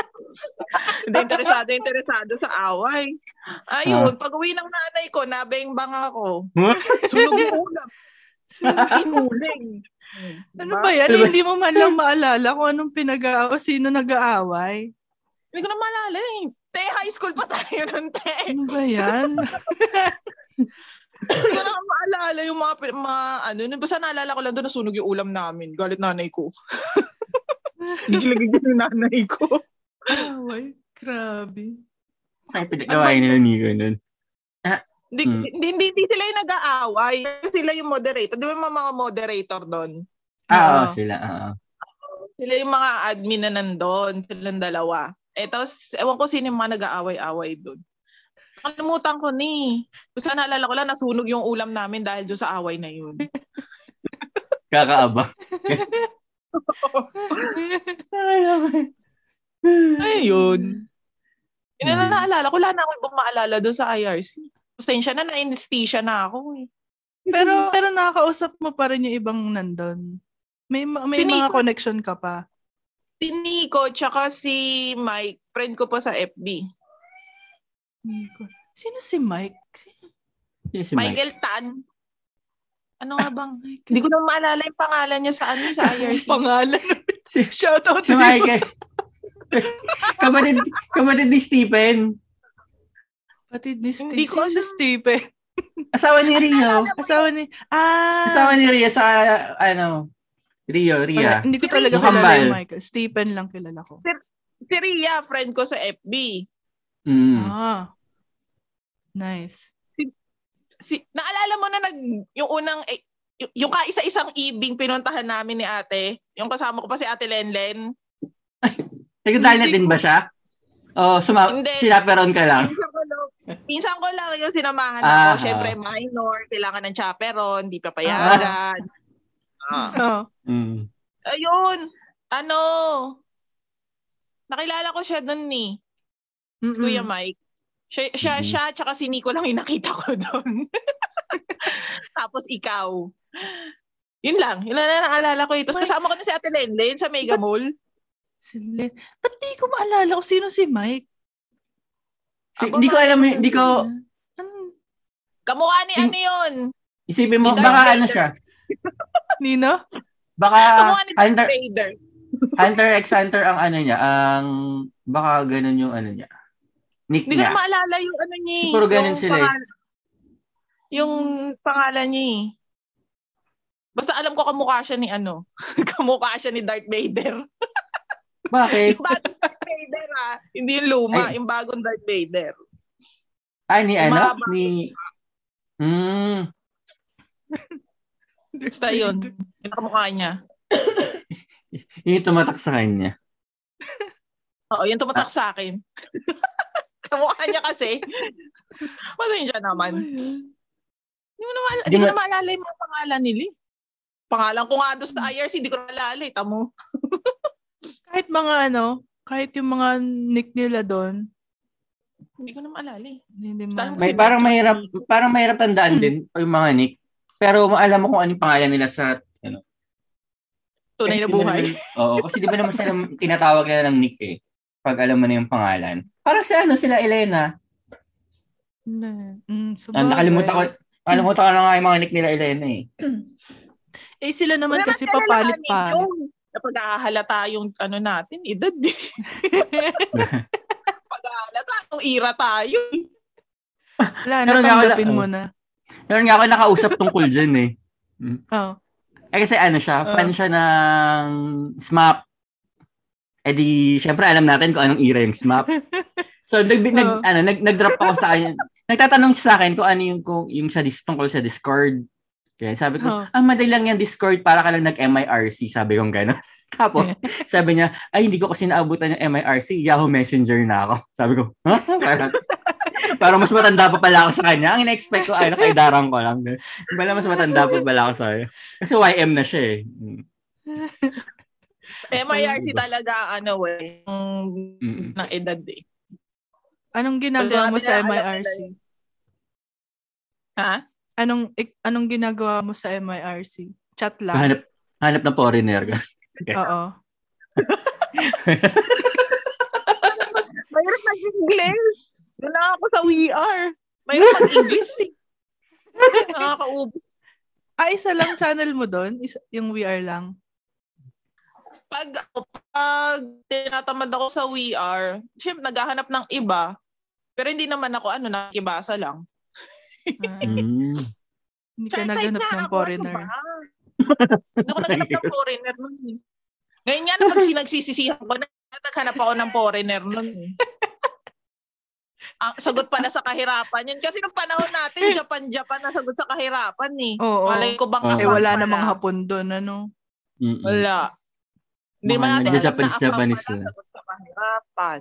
Speaker 3: Hindi, interesado, interesado sa away. Ayun, pag uwi ng nanay ko, nabeng-bang ako.
Speaker 2: Huh?
Speaker 3: Sunog yung ulam. Sunog yung uling.
Speaker 1: Ano ba yan?
Speaker 2: Diba?
Speaker 1: Hindi mo man lang maalala kung anong pinag-aaway o sino nag-aaway.
Speaker 3: Hindi ko na maalala eh. Te, high school pa tayo nun, te.
Speaker 1: Ano ba yan?
Speaker 3: Hindi ko na ako maalala yung mga, pin- mga ano, nun. basta naalala ko lang doon nasunog yung ulam namin. Galit nanay ko. Gigil-gigil yung nanay ko.
Speaker 1: Aaway. Grabe.
Speaker 2: Ay, pinagawain nila ni Ganon.
Speaker 3: Hindi,
Speaker 2: Mm.
Speaker 3: hindi, hindi, hindi sila yung nag-aaway. Sila yung moderator. Di ba yung mga moderator doon?
Speaker 2: Ah, oo,
Speaker 1: Oo.
Speaker 2: sila. ah, ah.
Speaker 3: Sila yung mga admin na nandun. Silang dalawa. Eh, tapos, ewan ko sino yung mga nag-aaway-aaway doon. Nakalimutan ko ni. Basta naalala ko lang, nasunog yung ulam namin dahil doon sa away na yun.
Speaker 2: Kakaaba.
Speaker 3: Ayun. Yun na
Speaker 2: Mm.
Speaker 3: lang naalala ko. Wala na ako ibang maalala doon sa IRC. Pasensya na, na-anesthesia na ako eh.
Speaker 1: pero pero nakakausap mo pa rin yung ibang nandun. May ma- may
Speaker 3: Sino
Speaker 1: mga
Speaker 3: ikaw?
Speaker 1: connection ka pa.
Speaker 3: Si Nico, tsaka si Mike, friend ko pa sa FB.
Speaker 1: Sino si Mike? Sino
Speaker 2: Yes, si Mike.
Speaker 3: Michael Tan. Ano nga bang?
Speaker 1: Mike?
Speaker 3: Hindi ko na maalala yung pangalan niya sa ano sa IRC.
Speaker 1: pangalan. Shout out
Speaker 2: Si Michael. kamatid, kamatid ni Stephen.
Speaker 1: Pati ni Steve.
Speaker 3: Hindi ko
Speaker 1: Sino si
Speaker 3: alam.
Speaker 1: Steve. eh?
Speaker 2: Asawa ni Rio.
Speaker 1: Asawa ni... Ah!
Speaker 2: Asawa ni Rio sa, ano, Rio,
Speaker 1: Wala,
Speaker 2: Ria.
Speaker 1: hindi ko talaga
Speaker 2: Mukhang
Speaker 1: kilala yung
Speaker 2: mal.
Speaker 1: Michael. Stephen lang kilala ko.
Speaker 3: si Ria, friend ko sa FB.
Speaker 2: Mm.
Speaker 1: Ah. Nice.
Speaker 3: Si, naalala mo na nag, yung unang, eh, y- yung kaisa-isang ibing pinuntahan namin ni ate, yung kasama ko pa si ate Lenlen.
Speaker 2: Nagdala din ba siya? O, suma-
Speaker 3: Hindi.
Speaker 2: sinaperon ka lang.
Speaker 3: Pinsan ko lang, pinsan ko lang yung sinamahan
Speaker 2: Ah.
Speaker 3: ako. Siyempre, minor, kailangan ng chaperon, di papayagan. Ah.
Speaker 1: Oh.
Speaker 2: Mm.
Speaker 3: Ayun, ano, nakilala ko siya doon ni, si Kuya Mike. Siya, siya,
Speaker 2: Mhm.
Speaker 3: siya, tsaka si Nico lang yung nakita ko doon. Tapos ikaw. Yun lang. Yun lang na naalala ko eh. Tapos kasama ko na si Ate Lenlen sa Mega Mall.
Speaker 1: Sila. Ba't di ko maalala kung sino si Mike?
Speaker 2: Si- Hindi ko alam, eh, hindi
Speaker 3: Oh.
Speaker 2: ko,
Speaker 1: Ano?
Speaker 3: Kamukha ni
Speaker 2: Ting-
Speaker 3: ano yun?
Speaker 2: isipin mo,
Speaker 3: Darth
Speaker 2: baka
Speaker 3: Vader.
Speaker 2: ano siya,
Speaker 1: Nino?
Speaker 2: baka
Speaker 3: Kamukha ni Darth
Speaker 2: Hunter,
Speaker 3: Vader.
Speaker 2: Hunter x Hunter ang ano niya, ang, baka ganun yung ano niya, nick
Speaker 3: Hindi ko na
Speaker 2: niya.
Speaker 3: maalala yung ano niya eh.
Speaker 2: Siguro ganun
Speaker 3: Yung
Speaker 2: sila eh.
Speaker 3: pangalan- yung pangalan niya eh. Basta alam ko kamukha siya ni ano. kamukha siya ni Darth Vader.
Speaker 2: Bakit?
Speaker 3: Yung bagong Darth Vader ah. Hindi yung luma.
Speaker 2: Ay.
Speaker 3: Yung bagong Darth Vader.
Speaker 2: Ah, ni ano?
Speaker 3: Mahaba.
Speaker 2: Ni, mm,
Speaker 3: Basta yun. Yung kamukha niya.
Speaker 2: yung tumatak sa kanya.
Speaker 3: Oo, yung tumatak sa akin. Kamukha niya kasi. Pasensya naman. Hindi mo na, maala-
Speaker 2: Di
Speaker 3: hindi ko
Speaker 2: ma-
Speaker 3: na maalala yung mga pangalan nila. eh. Pangalan ko nga doon sa IRC, hindi ko na maalala. eh. Tamo.
Speaker 1: Kahit mga ano, kahit yung mga nick nila doon,
Speaker 3: Hindi ko na maalala. eh.
Speaker 1: hindi mo
Speaker 3: Saan
Speaker 2: May, parang mahirap, parang mahirap tandaan
Speaker 1: Hmm.
Speaker 2: din yung mga nick. Pero maalam mo kung anong pangalan nila sa
Speaker 3: Tunay na
Speaker 2: Kasi di ba
Speaker 3: buhay.
Speaker 2: naman- oo, kasi di ba naman sila tinatawag nila ng nick eh. Pag alam mo na yung pangalan. Parang si ano, sila Elena.
Speaker 1: Mm,
Speaker 2: Ah, nakalimutan ko, nakalimutan ko na nga yung mga nick nila Elena eh.
Speaker 1: Eh, sila naman
Speaker 3: Wala
Speaker 1: kasi
Speaker 3: naman
Speaker 1: papalit
Speaker 3: kilalanin
Speaker 1: pa.
Speaker 3: yun. Napag-ahahalata yung ano natin, edad. eh. Pag-ahalata ganitong era tayo.
Speaker 1: Wala,
Speaker 2: Meron nga, wala. Oh.
Speaker 1: natanggapin mo na.
Speaker 2: Meron nga ako nakausap tungkol dyan eh.
Speaker 1: Oh.
Speaker 2: Eh kasi ano
Speaker 3: Ah.
Speaker 2: siya, fan siya ng SMAP. Eh di, syempre alam natin kung anong era yung SMAP. So, nag, nag,
Speaker 1: Oo.
Speaker 3: Ah.
Speaker 2: ano, nag, nag-drop ako sa kanya. Nagtatanong siya sa akin kung ano yung, kung, yung sa, dis- tungkol sa Discord. Kaya sabi ko,
Speaker 1: Oo.
Speaker 2: ah, madali lang yan Discord para ka lang nag-MIRC. Sabi ko gano'n. Tapos, sabi niya, ay, hindi ko kasi naabutan yung MIRC. Yahoo Messenger na ako. Sabi ko, ha? Parang, parang mas matanda pa pala ako sa kanya. Ang in-expect ko, ay, nakaidarang ko lang. Bala, mas matanda pa pala ako sa kanya. Kasi YM na siya eh. Mm.
Speaker 3: MIRC talaga, ano eh,
Speaker 2: Mm.
Speaker 3: yung ng edad eh.
Speaker 1: Anong ginagawa mo
Speaker 3: Sabi na,
Speaker 1: sa
Speaker 3: alam nila
Speaker 1: MIRC?
Speaker 3: Ha?
Speaker 1: Anong ik- anong ginagawa mo sa MIRC? Chat lang.
Speaker 2: Hanap, hanap ng foreigner.
Speaker 1: Oo.
Speaker 3: Mahirap mag-English. Doon na ako sa E WeR. Mahirap mag-English eh. Nakakaubos.
Speaker 1: Ah, isa lang channel mo doon? Isa, yung We Are lang?
Speaker 3: Pag, pag tinatamad ako sa WeR, syempre naghahanap ng iba. Pero hindi naman ako, ano, nakibasa lang.
Speaker 1: Ah,
Speaker 2: Mm.
Speaker 1: hindi ka
Speaker 3: Sure,
Speaker 1: naganap
Speaker 3: type na
Speaker 1: ng
Speaker 3: ako,
Speaker 1: foreigner.
Speaker 3: ano ba? Hindi ako naganap ng foreigner nun. eh. Ngayon nga, pag sinagsisisihan ko na, naghanap ako ng foreigner nun. eh. Ang sagot pala sa kahirapan yun. Kasi nung panahon natin, Japan-Japan na sagot sa kahirapan eh.
Speaker 1: Oo.
Speaker 3: Malay ko bang
Speaker 2: Oo.
Speaker 1: Eh,
Speaker 3: Hapon
Speaker 1: wala
Speaker 3: pala?
Speaker 1: namang hapon doon, ano?
Speaker 2: Mm-mm.
Speaker 3: Wala. Hindi
Speaker 2: Mm. Mga
Speaker 3: man natin alam
Speaker 2: nagja-Japanese-
Speaker 3: na
Speaker 2: Japanese
Speaker 3: akma pala
Speaker 2: na.
Speaker 3: sagot sa kahirapan.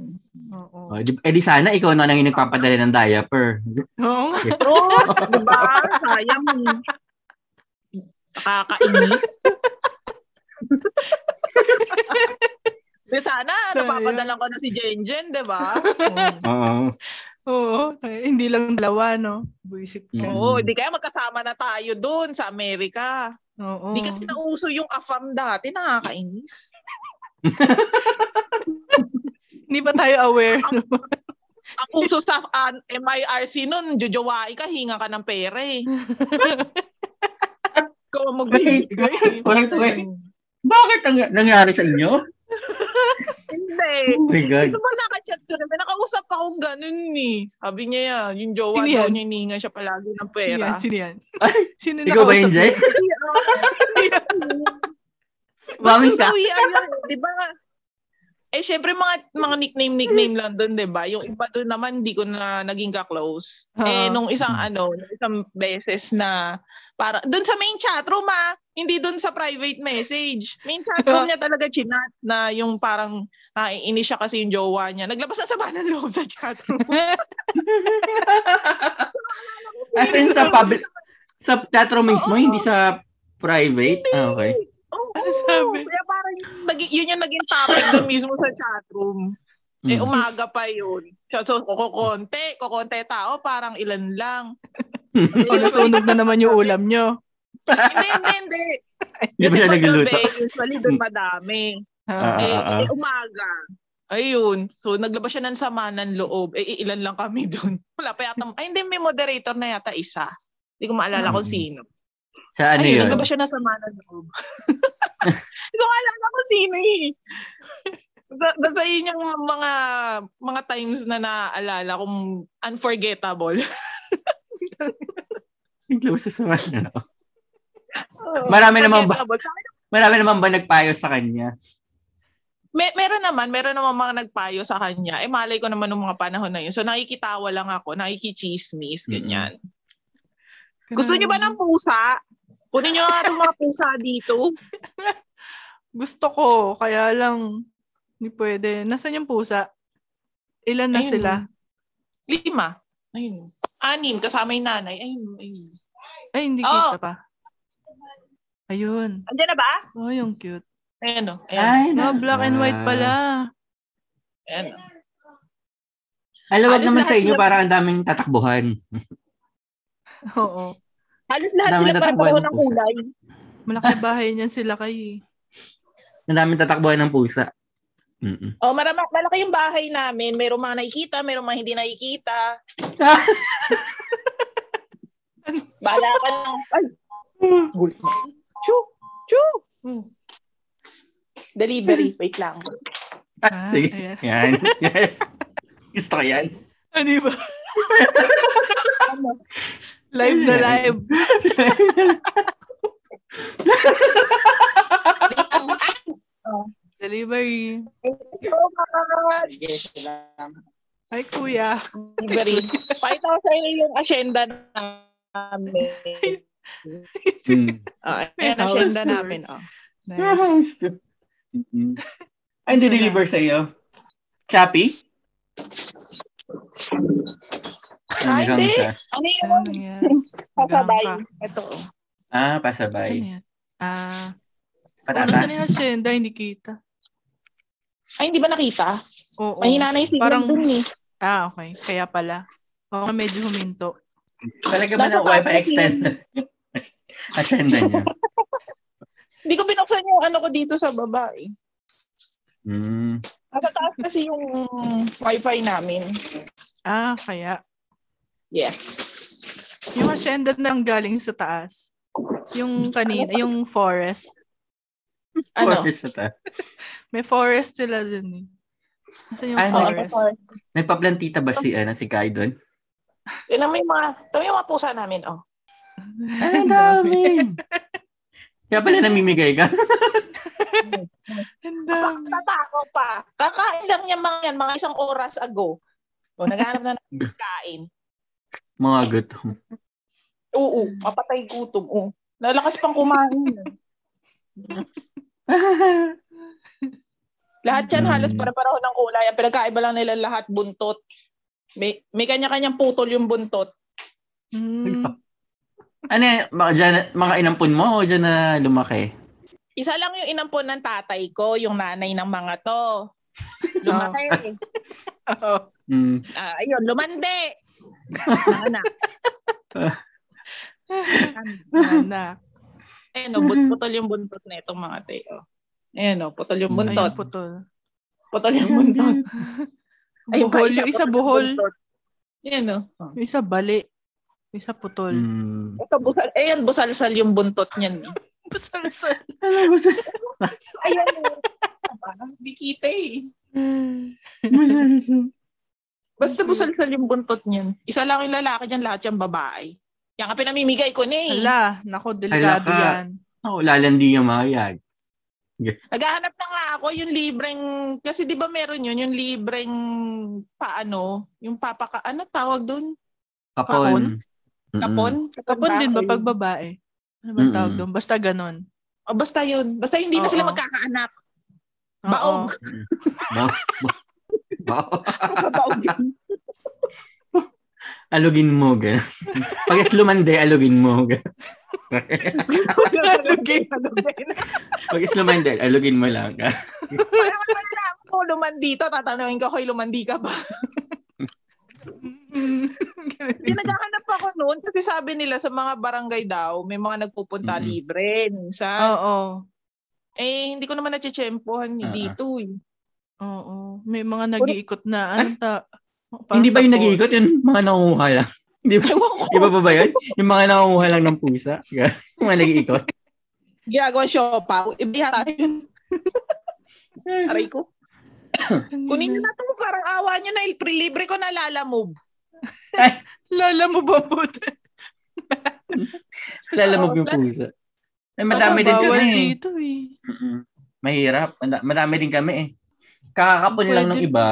Speaker 1: Oo.
Speaker 2: Oh, di, eh di sana ikaw na nang nagpapadala ng diaper.
Speaker 1: Oo nga.
Speaker 3: Oo, di ba? diba? Sayang. eh. Nakakainis. Di sana,
Speaker 1: Sayang.
Speaker 3: napapadala ko na si diba? Jenjen, di ba?
Speaker 2: Oo.
Speaker 1: Oo. Eh, hindi lang dalawa, no? Buisip ka.
Speaker 2: Mm.
Speaker 3: Oo, di kaya magkasama na tayo doon sa Amerika.
Speaker 1: Oo.
Speaker 3: Di kasi nauso yung AFAM dati, nakakainis.
Speaker 1: Hindi pa tayo aware. no?
Speaker 3: Ang uso sa ah, MIRC noon, jojowain ka, hinga ka ng pere. Ikaw ang
Speaker 2: Wait,
Speaker 3: magbibigay.
Speaker 2: wait, wait. Bakit ang nangyari sa inyo?
Speaker 3: Hindi.
Speaker 2: Oh my God.
Speaker 3: Ano ba nakachat ko naman? Nakausap ako ganun ni. Eh. Sabi niya yan, yung jowa
Speaker 1: Sino
Speaker 3: daw
Speaker 1: yan?
Speaker 3: niya hininga siya palagi ng
Speaker 1: Sino
Speaker 3: pera.
Speaker 1: yan? Sino yan? Sino
Speaker 2: Ikaw ba yun,
Speaker 1: nakausap
Speaker 2: Jay?
Speaker 1: mo?
Speaker 3: ah.
Speaker 2: Bawin ka.
Speaker 3: So, yan, yun, ano, di ba? Eh, syempre, mga, mga nickname, nickname lang doon, di ba? Yung iba doon naman, di ko na naging ka-close. Eh,
Speaker 1: Oo.
Speaker 3: nung isang ano, nung isang beses na, para, doon sa main chat room, ah, hindi doon sa private message. Main chat room niya talaga chinat na yung parang naiinis siya kasi yung jowa niya. Naglabas na sa ng loob sa chat room.
Speaker 2: As in sa public, sa teatro mismo, hindi sa private. Ah, okay.
Speaker 3: Oo.
Speaker 1: Ano sabi?
Speaker 3: Kaya parang yung naging- yun yung naging topic doon mismo sa chatroom. Eh,
Speaker 2: Mm.
Speaker 3: umaga pa yun. So, so kukonte, kukonte tao, parang ilan lang. So,
Speaker 1: O, nasunog na naman yung ulam nyo.
Speaker 3: Hindi, hindi, hindi.
Speaker 2: Hindi ba
Speaker 3: Kasi
Speaker 2: siya
Speaker 3: pag
Speaker 2: nagluluto?
Speaker 3: gabi, usually doon madami.
Speaker 1: Ah.
Speaker 2: Ah.
Speaker 3: eh, eh, umaga. Ayun. So, naglabas siya ng sama ng loob. Eh, ilan lang kami doon. Wala pa yata. Ay, hindi, may moderator na yata isa. Hindi ko maalala kung
Speaker 2: Mm.
Speaker 3: sino.
Speaker 2: Sa ano
Speaker 3: Ay,
Speaker 2: yun?
Speaker 3: naglabas siya ng sama ng loob. Hindi ko maalala kung sino eh. Sa- Basta yun yung mga mga times na naaalala kong unforgettable.
Speaker 2: Close sa ano. Marami naman ba-
Speaker 3: Unforgettable. Sa akin,
Speaker 2: Marami naman ba nagpayo sa kanya?
Speaker 3: May, meron naman, meron naman mga nagpayo sa kanya. Eh malay ko naman nung mga panahon na yun. So nakikitawa lang ako, nakikichismis, ganyan. Gusto niyo ba ng pusa? Kunin niyo na nga itong mga pusa dito.
Speaker 1: Gusto ko, kaya lang hindi pwede. Nasaan yung pusa? Ilan na
Speaker 3: Ayun.
Speaker 1: sila?
Speaker 3: Lima. Ayun. Anim, kasama yung nanay. Ayun, ayun.
Speaker 1: Ay, hindi
Speaker 3: Oo.
Speaker 1: kita pa. Ayun.
Speaker 3: Andiyan na ba?
Speaker 1: Oh, yung cute.
Speaker 3: Ayun o. Ayun.
Speaker 2: Ay,
Speaker 1: Oh, black and white
Speaker 2: Ah.
Speaker 1: pala.
Speaker 3: Ayun. o.
Speaker 2: Alam wag
Speaker 3: Halos
Speaker 2: naman sa
Speaker 3: lahat
Speaker 2: inyo,
Speaker 3: sila-
Speaker 2: parang ang daming tatakbuhan.
Speaker 1: Oo.
Speaker 3: Halos lahat
Speaker 2: Dami
Speaker 3: sila
Speaker 2: na
Speaker 3: parang
Speaker 2: tabuan
Speaker 3: pareho
Speaker 2: ng
Speaker 3: ng
Speaker 2: pusa.
Speaker 3: kulay.
Speaker 1: Malaki bahay niyan sila kay.
Speaker 2: Ang daming tatakbuhan ng pusa. Mm-mm.
Speaker 3: Oh, marama, malaki yung bahay namin. Mayroong mga nakikita, mayroong mga hindi nakikita. Bahala ka na. Ay! Gulit na. Shoo! Shoo! Hmm. Delivery. Wait lang.
Speaker 1: Ah,
Speaker 2: Sige.
Speaker 1: ayan.
Speaker 2: Yan. Yes. Gusto ko yan.
Speaker 1: Ano ba? live na live. Delivery.
Speaker 3: oh Yes.
Speaker 1: Ay, kuya.
Speaker 3: Very. Pakita ko sa inyo yung agenda namin.
Speaker 2: Hmm.
Speaker 3: Oh,
Speaker 1: May
Speaker 3: yung agenda
Speaker 1: house.
Speaker 3: namin. Oh.
Speaker 1: Nice.
Speaker 2: Mm-mm. Ay, deliver sa iyo. Chappy?
Speaker 3: Ay,
Speaker 2: Nandiyan
Speaker 3: hindi.
Speaker 2: siya.
Speaker 3: Ano
Speaker 1: Ano
Speaker 3: yun?
Speaker 1: nangyari? Ano
Speaker 3: Pasabay.
Speaker 1: Gangka.
Speaker 3: Ito. oh.
Speaker 2: Ah,
Speaker 1: Ano
Speaker 2: pasabay.
Speaker 1: yan? Ah, ano sa
Speaker 2: Patatas.
Speaker 1: niya agenda? Hindi kita.
Speaker 3: Ay, hindi ba nakita?
Speaker 1: Oo.
Speaker 3: Mahina na yung signal
Speaker 1: Parang-
Speaker 3: dun eh.
Speaker 1: Ah, okay. Kaya pala. Okay, medyo huminto.
Speaker 2: Talaga ba
Speaker 3: Nasa
Speaker 2: ng
Speaker 3: taas
Speaker 2: wifi
Speaker 3: na
Speaker 2: extender? Agenda niya.
Speaker 3: Hindi ko binuksan yung ano ko dito sa baba eh.
Speaker 2: Mm.
Speaker 3: Nasa taas kasi yung wifi namin.
Speaker 1: Ah, kaya.
Speaker 3: Yes.
Speaker 1: Yung agenda nang galing sa taas. Yung kanina, yung forest.
Speaker 3: Ano?
Speaker 2: Forest sa taas.
Speaker 1: May forest sila dun eh. Kasi yung
Speaker 2: Ay,
Speaker 3: Oo,
Speaker 1: forest.
Speaker 3: ito.
Speaker 2: Nagpaplantita ba si, ano, si Kai doon?
Speaker 3: Tingnan mo yung mga, tingnan mo yung mga pusa namin, oh.
Speaker 2: Ay, ang dami. Kaya pala namimigay ka.
Speaker 1: Ang dami.
Speaker 3: Tatako pa. Kakain lang niya mga yan, mga isang oras ago. O, naghanap na ng kain.
Speaker 2: Mga gutom.
Speaker 3: Oo, mapatay gutom. Oo. Nalakas pang kumain. Lahat yan
Speaker 2: Mm.
Speaker 3: halos para-pareho ng kulay. Ang pinagkaiba lang nila lahat buntot. May, may kanya-kanyang putol yung buntot.
Speaker 1: Mm.
Speaker 2: ano yan? Mga, dyan, mga inampun mo o dyan na lumaki?
Speaker 3: Isa lang yung inampon ng tatay ko, yung nanay ng mga to. Lumaki.
Speaker 1: Oo.
Speaker 2: Mm.
Speaker 3: Ah, ayun, lumande. Anak.
Speaker 1: Anak.
Speaker 3: Ayan o, but- putol yung buntot na itong mga teo. Ayan o, putol yung buntot.
Speaker 1: Ayun, putol.
Speaker 3: Putol yung buntot. Ayun pa,
Speaker 1: Buhol. Yung isa
Speaker 3: putol
Speaker 1: buhol.
Speaker 3: buntot. Ayan o.
Speaker 1: Yung isa bali. Yung isa putol.
Speaker 2: Mm.
Speaker 3: Ito, busal, ayan, busalsal yung buntot niyan. eh.
Speaker 1: Pusalsal.
Speaker 2: Alam mo sa...
Speaker 3: Ayan o.
Speaker 1: eh.
Speaker 3: Parang Hindi kita eh. Basta busalsal yung buntot niyan. Isa lang yung lalaki diyan, lahat yung babae. Yan ka pinamimigay ko na eh.
Speaker 1: Hala, nako, delikado
Speaker 2: Hala ka.
Speaker 1: yan.
Speaker 2: Ako, lalandi yung mahayag.
Speaker 3: Naghahanap na nga ako yung libreng, kasi di ba meron yun, yung libreng paano, yung papaka, ano tawag doon?
Speaker 2: Kapon. Mm-mm.
Speaker 3: Kapon?
Speaker 1: Kapon din ba pag babae? Ano ba
Speaker 2: Mm-mm.
Speaker 1: tawag doon? Basta ganon.
Speaker 3: O, basta yun. Basta hindi na
Speaker 1: Oo.
Speaker 3: sila magkakaanak.
Speaker 1: Oo.
Speaker 3: Baog.
Speaker 2: Ba- ba- ba-
Speaker 3: Baog yun.
Speaker 2: alugin mo, gano'n. Pag is lumande, alugin mo, gano'n.
Speaker 3: Lugin.
Speaker 2: Pag is lumande, alugin mo lang. gano'n.
Speaker 3: Parang wala na ako lumandi to. Tatanungin ko, hoy, lumandi ka ba? Yung naghahanap ako noon kasi sabi nila sa mga barangay daw, may mga nagpupunta
Speaker 2: Mm-mm.
Speaker 3: libre minsan.
Speaker 1: Oo.
Speaker 3: Eh, hindi ko naman natsyempohan ni
Speaker 2: Ah, ah.
Speaker 3: dito eh.
Speaker 1: Oo. May mga nag-iikot na. Ano ta? Parang
Speaker 2: Hindi ba yung
Speaker 1: sa
Speaker 2: nag-iikot? Yung mga nangunguha lang. Di ba,
Speaker 3: Ewan ko.
Speaker 2: di ba ba ba yun? Yung mga nangunguha lang ng pusa. Gano'n. Yung mga nag-iikot.
Speaker 3: Ginagawa siya pa. Ibiha tayo yun. Aray ko.
Speaker 1: pole.
Speaker 3: Kunin niyo na to. Parang awa niyo na. Pre- Libre ko na lalamove.
Speaker 1: Lala mo ba puti?
Speaker 2: Lalamog yung pusa. Ay, madami din
Speaker 1: Bawal
Speaker 2: kami. eh.
Speaker 1: dito eh.
Speaker 2: Mm-mm. Mahirap. Manda- Madami din kami eh. Kakakapon lang ng
Speaker 1: Pwede.
Speaker 2: iba.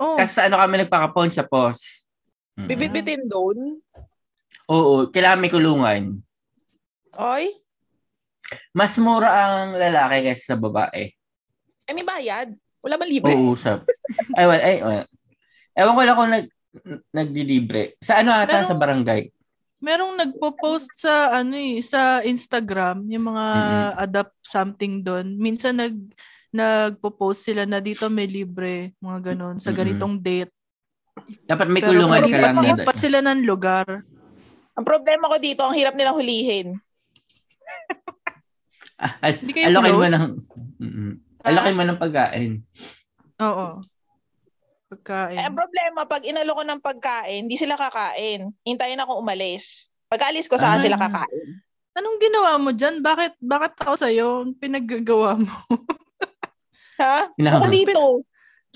Speaker 1: Oh,
Speaker 2: Kasi sa ano kami nagpakapon sa POS. Mm.
Speaker 3: Bibitbitin doon.
Speaker 2: Oo, kailangan may kulungan.
Speaker 3: Oy.
Speaker 2: Mas mura ang lalaki kaysa sa babae.
Speaker 3: Ay, may ano bayad. Wala ba libre?
Speaker 2: Oo, sa... ay, well, ay, well. Ewan ko lang kung nag, nagdilibre. Sa ano ata
Speaker 1: Pero-
Speaker 2: sa barangay?
Speaker 1: merong nagpo-post sa ano eh, sa Instagram, yung mga
Speaker 2: Mm-mm.
Speaker 1: adapt something doon. Minsan nag nagpo-post sila na dito may libre, mga ganun, sa
Speaker 2: Mm-mm.
Speaker 1: ganitong date.
Speaker 2: Dapat may kulungan ka
Speaker 1: pag-
Speaker 2: lang.
Speaker 1: pag-
Speaker 2: na-
Speaker 1: pag sila ng lugar.
Speaker 3: Ang problema ko dito, ang hirap nilang hulihin.
Speaker 2: Ah, al-
Speaker 1: Hindi kayo
Speaker 2: alokin mo
Speaker 1: close?
Speaker 2: ng... Mm-mm.
Speaker 3: Ah,
Speaker 2: Alokin mo ng pagkain.
Speaker 1: Oo. Pagkain.
Speaker 3: Eh, ang problema, pag inalo ko ng pagkain, hindi sila kakain. Hintayin ako umalis. Pagkaalis ko,
Speaker 2: Ah.
Speaker 3: saan sila kakain?
Speaker 1: Anong ginawa mo dyan? Bakit bakit ako sa iyo? Pinaggagawa mo.
Speaker 3: Ha?
Speaker 2: Hinahanap.
Speaker 3: Ako dito.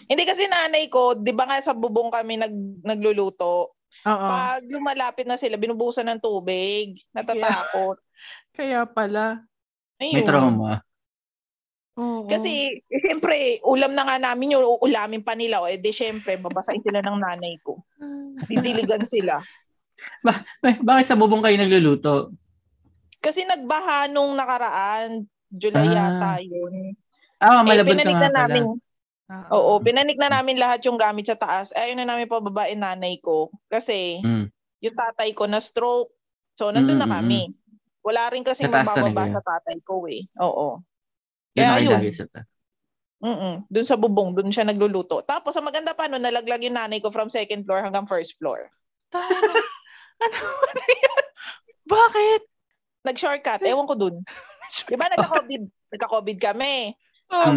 Speaker 3: Hindi kasi nanay ko, di ba nga sa bubong kami nag, nagluluto.
Speaker 2: Ah.
Speaker 1: Oo.
Speaker 3: Pag lumalapit na sila, binubusan ng tubig. Natatakot.
Speaker 1: Kaya pala.
Speaker 3: Ayun.
Speaker 2: May trauma.
Speaker 1: Oo.
Speaker 3: Kasi, eh, siyempre, ulam na nga namin yun, uulamin pa nila. O, eh, di siyempre, babasain sila ng nanay ko. Didiligan sila.
Speaker 2: Eh, bakit sa bubong kayo nagluluto?
Speaker 3: Kasi nagbaha nung nakaraan, July
Speaker 2: Ah.
Speaker 3: yata yun.
Speaker 2: Ah,
Speaker 3: eh,
Speaker 2: malabon ka
Speaker 3: pinanik
Speaker 2: nga
Speaker 3: na
Speaker 2: pala.
Speaker 3: namin,
Speaker 1: Ah,
Speaker 3: oo, pinanik na namin lahat yung gamit sa taas. Eh, Ayun na namin pababain nanay ko. Kasi,
Speaker 2: Mm.
Speaker 3: yung tatay ko na stroke. So, nandun
Speaker 2: Mm,
Speaker 3: na
Speaker 2: mm,
Speaker 3: kami. Wala rin
Speaker 2: Sa
Speaker 3: kasi
Speaker 2: taas na
Speaker 3: mabababa
Speaker 2: nila.
Speaker 3: sa tatay ko eh. Oo.
Speaker 2: Doon
Speaker 3: Kaya
Speaker 2: ako
Speaker 3: yun,
Speaker 2: lagi sa ta.
Speaker 3: mm doon sa bubong, doon siya nagluluto. Tapos, ang maganda pa nun, nalaglag yung nanay ko from second floor hanggang first floor.
Speaker 1: Tara. ano ba na yan? Bakit?
Speaker 3: Nag-shortcut, ewan ko dun. Di ba nagka-COVID? Nagka-COVID kami. A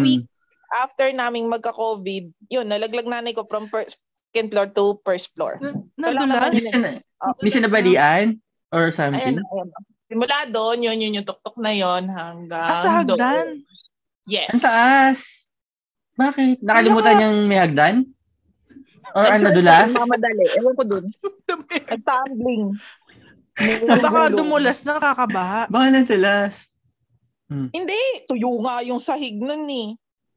Speaker 2: Mm.
Speaker 3: week after naming magka-COVID, yun, nalaglag nanay ko from first second floor to first floor.
Speaker 1: Nadulas?
Speaker 2: Hindi siya na-
Speaker 3: Oh,
Speaker 2: Hindi siya nabalian? Or
Speaker 3: ayan,
Speaker 2: something?
Speaker 3: ayan. Simula doon, yun, yun, yung tuktok na yun hanggang
Speaker 1: Ah, sa
Speaker 3: doon.
Speaker 1: hagdan?
Speaker 3: Yes.
Speaker 2: Ang taas! Bakit? Nakalimutan
Speaker 1: Ano?
Speaker 2: niyang may hagdan? Or
Speaker 3: I'm
Speaker 2: ang
Speaker 3: sure
Speaker 2: nadulas?
Speaker 3: sabi, Mamadali. Ewan ko dun. Nag-tumbling.
Speaker 1: Baka dumulas na kakabaha.
Speaker 2: Baka nadulas.
Speaker 3: Hindi. Tuyo nga yung sahig nun eh.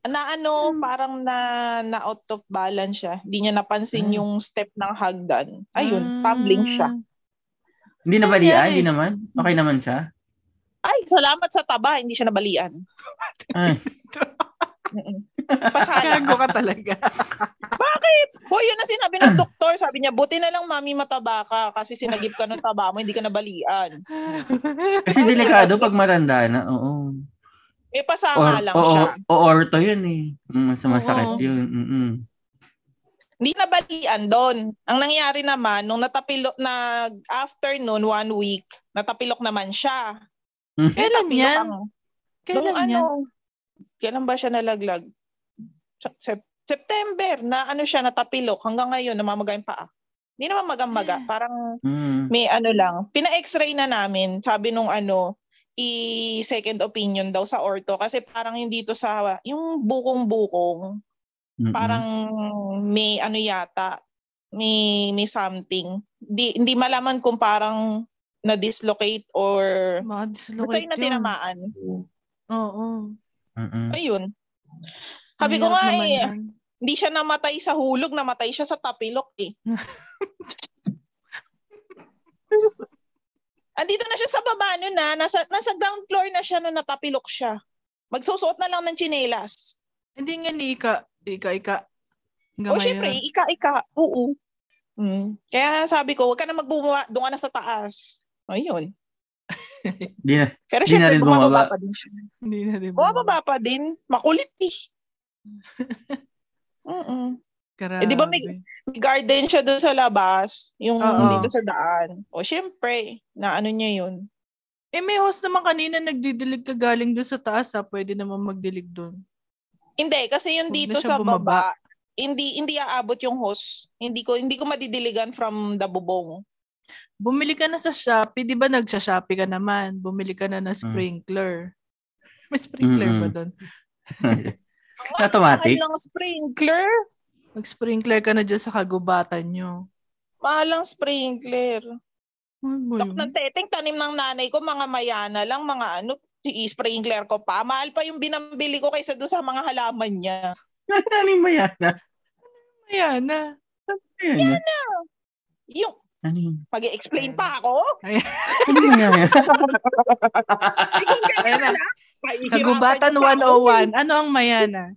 Speaker 3: Na ano, parang na, na out of balance siya. Hindi niya napansin
Speaker 2: Hmm.
Speaker 3: yung step ng hagdan.
Speaker 1: Hmm.
Speaker 3: Ayun, tumbling siya.
Speaker 2: Hindi
Speaker 1: Ano
Speaker 2: nabalian?
Speaker 1: nangyari?
Speaker 2: Hindi naman? Okay naman siya?
Speaker 3: Ay, salamat sa taba. Hindi siya nabalian.
Speaker 2: Ay.
Speaker 3: Mm-mm. Pasala.
Speaker 1: Gago ka talaga.
Speaker 3: Hoy, yun na sinabi ng doktor. Sabi niya, buti na lang mami mataba ka kasi sinagip ka ng taba mo, hindi ka nabalian.
Speaker 2: Kasi delikado pag matanda na. Oo.
Speaker 3: Eh, pasa
Speaker 2: Or,
Speaker 3: nga lang
Speaker 2: oo,
Speaker 3: siya.
Speaker 2: o orto yun eh. Mm, mas masakit
Speaker 1: Oo.
Speaker 2: yun. Mm-mm.
Speaker 3: Hindi nabalian doon. Ang nangyari naman, nung natapilok na after noon, one week, natapilok naman siya.
Speaker 2: Hmm.
Speaker 3: Eh,
Speaker 1: Kailan
Speaker 3: tapilok
Speaker 1: yan?
Speaker 3: ang- nung
Speaker 1: Kailan yan?
Speaker 3: ano, kailan ba siya nalaglag? Sep- Sep- September na ano siya natapilok hanggang ngayon namamaga yung paa. Hindi naman magamaga, parang
Speaker 2: Mm.
Speaker 3: may ano lang. Pina-x-ray na namin, sabi nung ano, i second opinion daw sa ortho kasi parang yung dito sa yung bukong-bukong
Speaker 2: Mm-mm.
Speaker 3: parang may ano yata, may, may something. Di, hindi malaman kung parang na-dislocate or
Speaker 1: Mga
Speaker 3: basta
Speaker 1: dislocate
Speaker 3: yung natinamaan.
Speaker 1: Oo.
Speaker 2: Mm-mm.
Speaker 3: Ayun. Sabi ko
Speaker 1: Mahirap
Speaker 3: nga
Speaker 1: naman
Speaker 3: eh,
Speaker 1: yan.
Speaker 3: hindi siya namatay sa hulog, namatay siya sa tapilok eh. Andito na siya sa baba nun na, nasa, nasa ground floor na siya na natapilok siya. Magsusuot na lang ng tsinelas.
Speaker 1: Hindi nga ni Ika. Ika, Ika. Hanggang
Speaker 3: O Oh, syempre,
Speaker 1: ngayon.
Speaker 3: ika-ika. Oo. Mm. Kaya sabi ko, huwag ka na magbumawa, doon ka na sa taas. O yun.
Speaker 2: Di na.
Speaker 3: Pero
Speaker 2: Di na
Speaker 3: syempre,
Speaker 2: rin
Speaker 3: bumababa
Speaker 2: bumaba.
Speaker 3: pa din siya.
Speaker 1: Hindi na rin.
Speaker 3: Bumababa pa din. Makulit eh. Mm-mm.
Speaker 1: Grabe.
Speaker 3: Eh, di ba may- May Garden siya doon sa labas, yung
Speaker 1: Oo.
Speaker 3: dito sa daan. O syempre, na ano niya yun.
Speaker 1: Eh, may host naman kanina nagdidilig ka galing doon sa taas ha. Pwede naman magdilig doon.
Speaker 3: Hindi, kasi yung
Speaker 1: Huwag na
Speaker 3: dito
Speaker 1: siya
Speaker 3: sa
Speaker 1: bumaba.
Speaker 3: baba, hindi hindi aabot yung hose. Hindi ko hindi ko madidiligan from the bubong.
Speaker 1: Bumili ka na sa Shopee. Di ba nagsha-Shopee ka naman? Bumili ka na ng sprinkler. May sprinkler ba
Speaker 2: Mm-mm.
Speaker 1: doon?
Speaker 2: Automatic?
Speaker 3: Mahal ng sprinkler.
Speaker 1: Mag-sprinkler ka na dyan sa kagubatan nyo.
Speaker 3: Mahal ng sprinkler.
Speaker 1: Ano ba
Speaker 3: Tok
Speaker 1: yun?
Speaker 3: ng teteng, tanim ng nanay ko, mga mayana lang, mga ano, i-sprinkler ko pa. Mahal pa yung binambili ko kaysa doon sa mga halaman niya.
Speaker 2: Ano mo yan?
Speaker 1: Ayan na.
Speaker 2: Ayan na.
Speaker 3: Yung,
Speaker 2: Ano yun?
Speaker 3: mag explain pa ako?
Speaker 2: Ano mo yan?
Speaker 1: Ayan na.
Speaker 3: Mahihirapan
Speaker 1: Kagubatan
Speaker 3: niyo pa ako.
Speaker 1: 101. Ano ang mayana?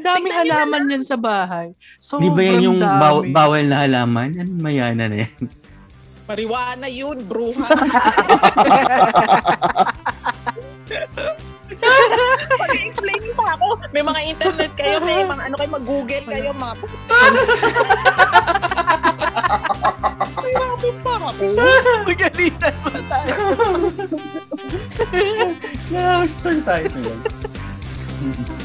Speaker 1: Ang daming
Speaker 3: Tingnan niyo
Speaker 1: halaman yan sa bahay. Sobrang
Speaker 2: Di ba yan yung
Speaker 1: dami.
Speaker 2: baw- bawal na halaman? Ano mayana na yan?
Speaker 3: Mariwana yun, bruha. Mag-explain pa ako. May mga internet kayo, may mga ano kayo, mag-google kayo, mga Mahirapan pa ako.
Speaker 1: Magalitan pa tayo.
Speaker 2: Na-start tayo.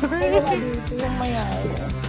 Speaker 3: Mahirapan yung mayayari.